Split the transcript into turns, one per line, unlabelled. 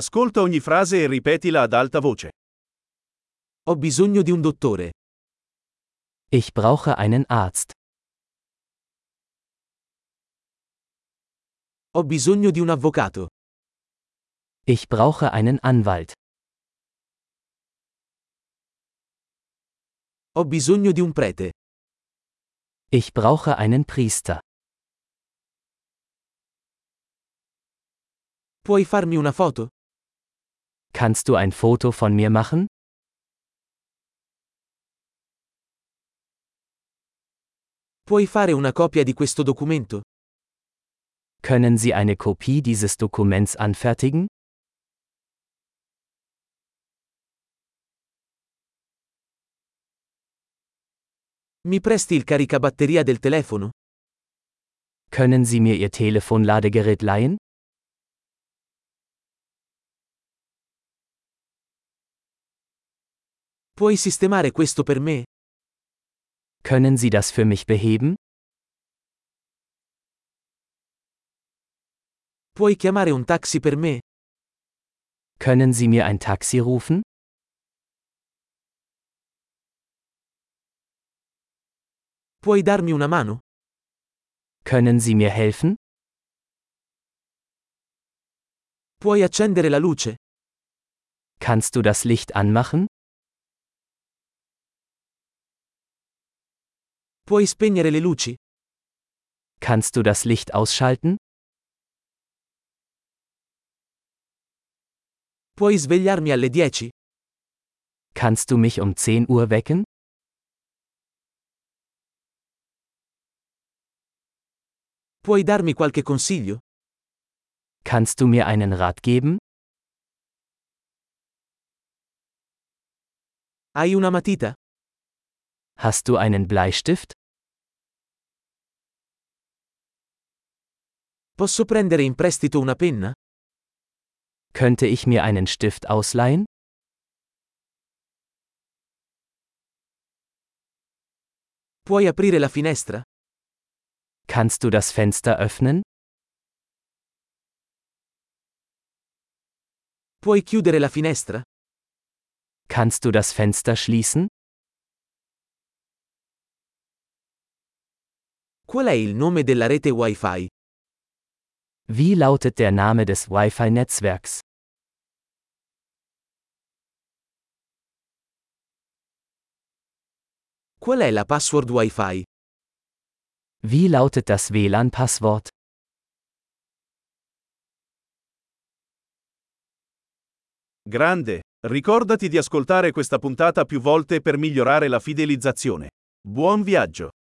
Ascolta ogni frase e ripetila ad alta voce.
Ho bisogno di un dottore.
Ich brauche einen Arzt.
Ho bisogno di un avvocato.
Ich brauche einen Anwalt.
Ho bisogno di un prete.
Ich brauche einen Priester.
Puoi farmi una foto?
Kannst du ein Foto von mir machen?
Puoi fare una copia di questo documento?
Können Sie eine Kopie dieses Dokuments anfertigen?
Mi presti il caricabatteria del telefono?
Können Sie mir Ihr Telefonladegerät leihen?
Puoi sistemare questo per me?
Können Sie das für mich beheben?
Puoi chiamare un taxi per me?
Können Sie mir ein Taxi rufen?
Puoi darmi una mano?
Können Sie mir helfen?
Puoi accendere la luce?
Kannst du das Licht anmachen?
Puoi spegnere le luci?
Kannst du das Licht ausschalten?
Puoi svegliarmi alle 10?
Kannst du mich um 10 Uhr wecken?
Puoi darmi qualche consiglio?
Kannst du mir einen Rat geben?
Hai una matita?
Hast du einen Bleistift?
Posso prendere in prestito una penna?
Könnte ich mir einen Stift ausleihen?
Puoi aprire la finestra?
Kannst du das Fenster öffnen?
Puoi chiudere la finestra?
Kannst du das Fenster schließen?
Qual è il nome della rete Wi-Fi?
Wie lautet der Name des Wi-Fi-Netzwerks?
Qual è la password Wi-Fi?
Wie lautet das WLAN-Passwort?
Grande, ricordati di ascoltare questa puntata più volte per migliorare la fidelizzazione. Buon viaggio!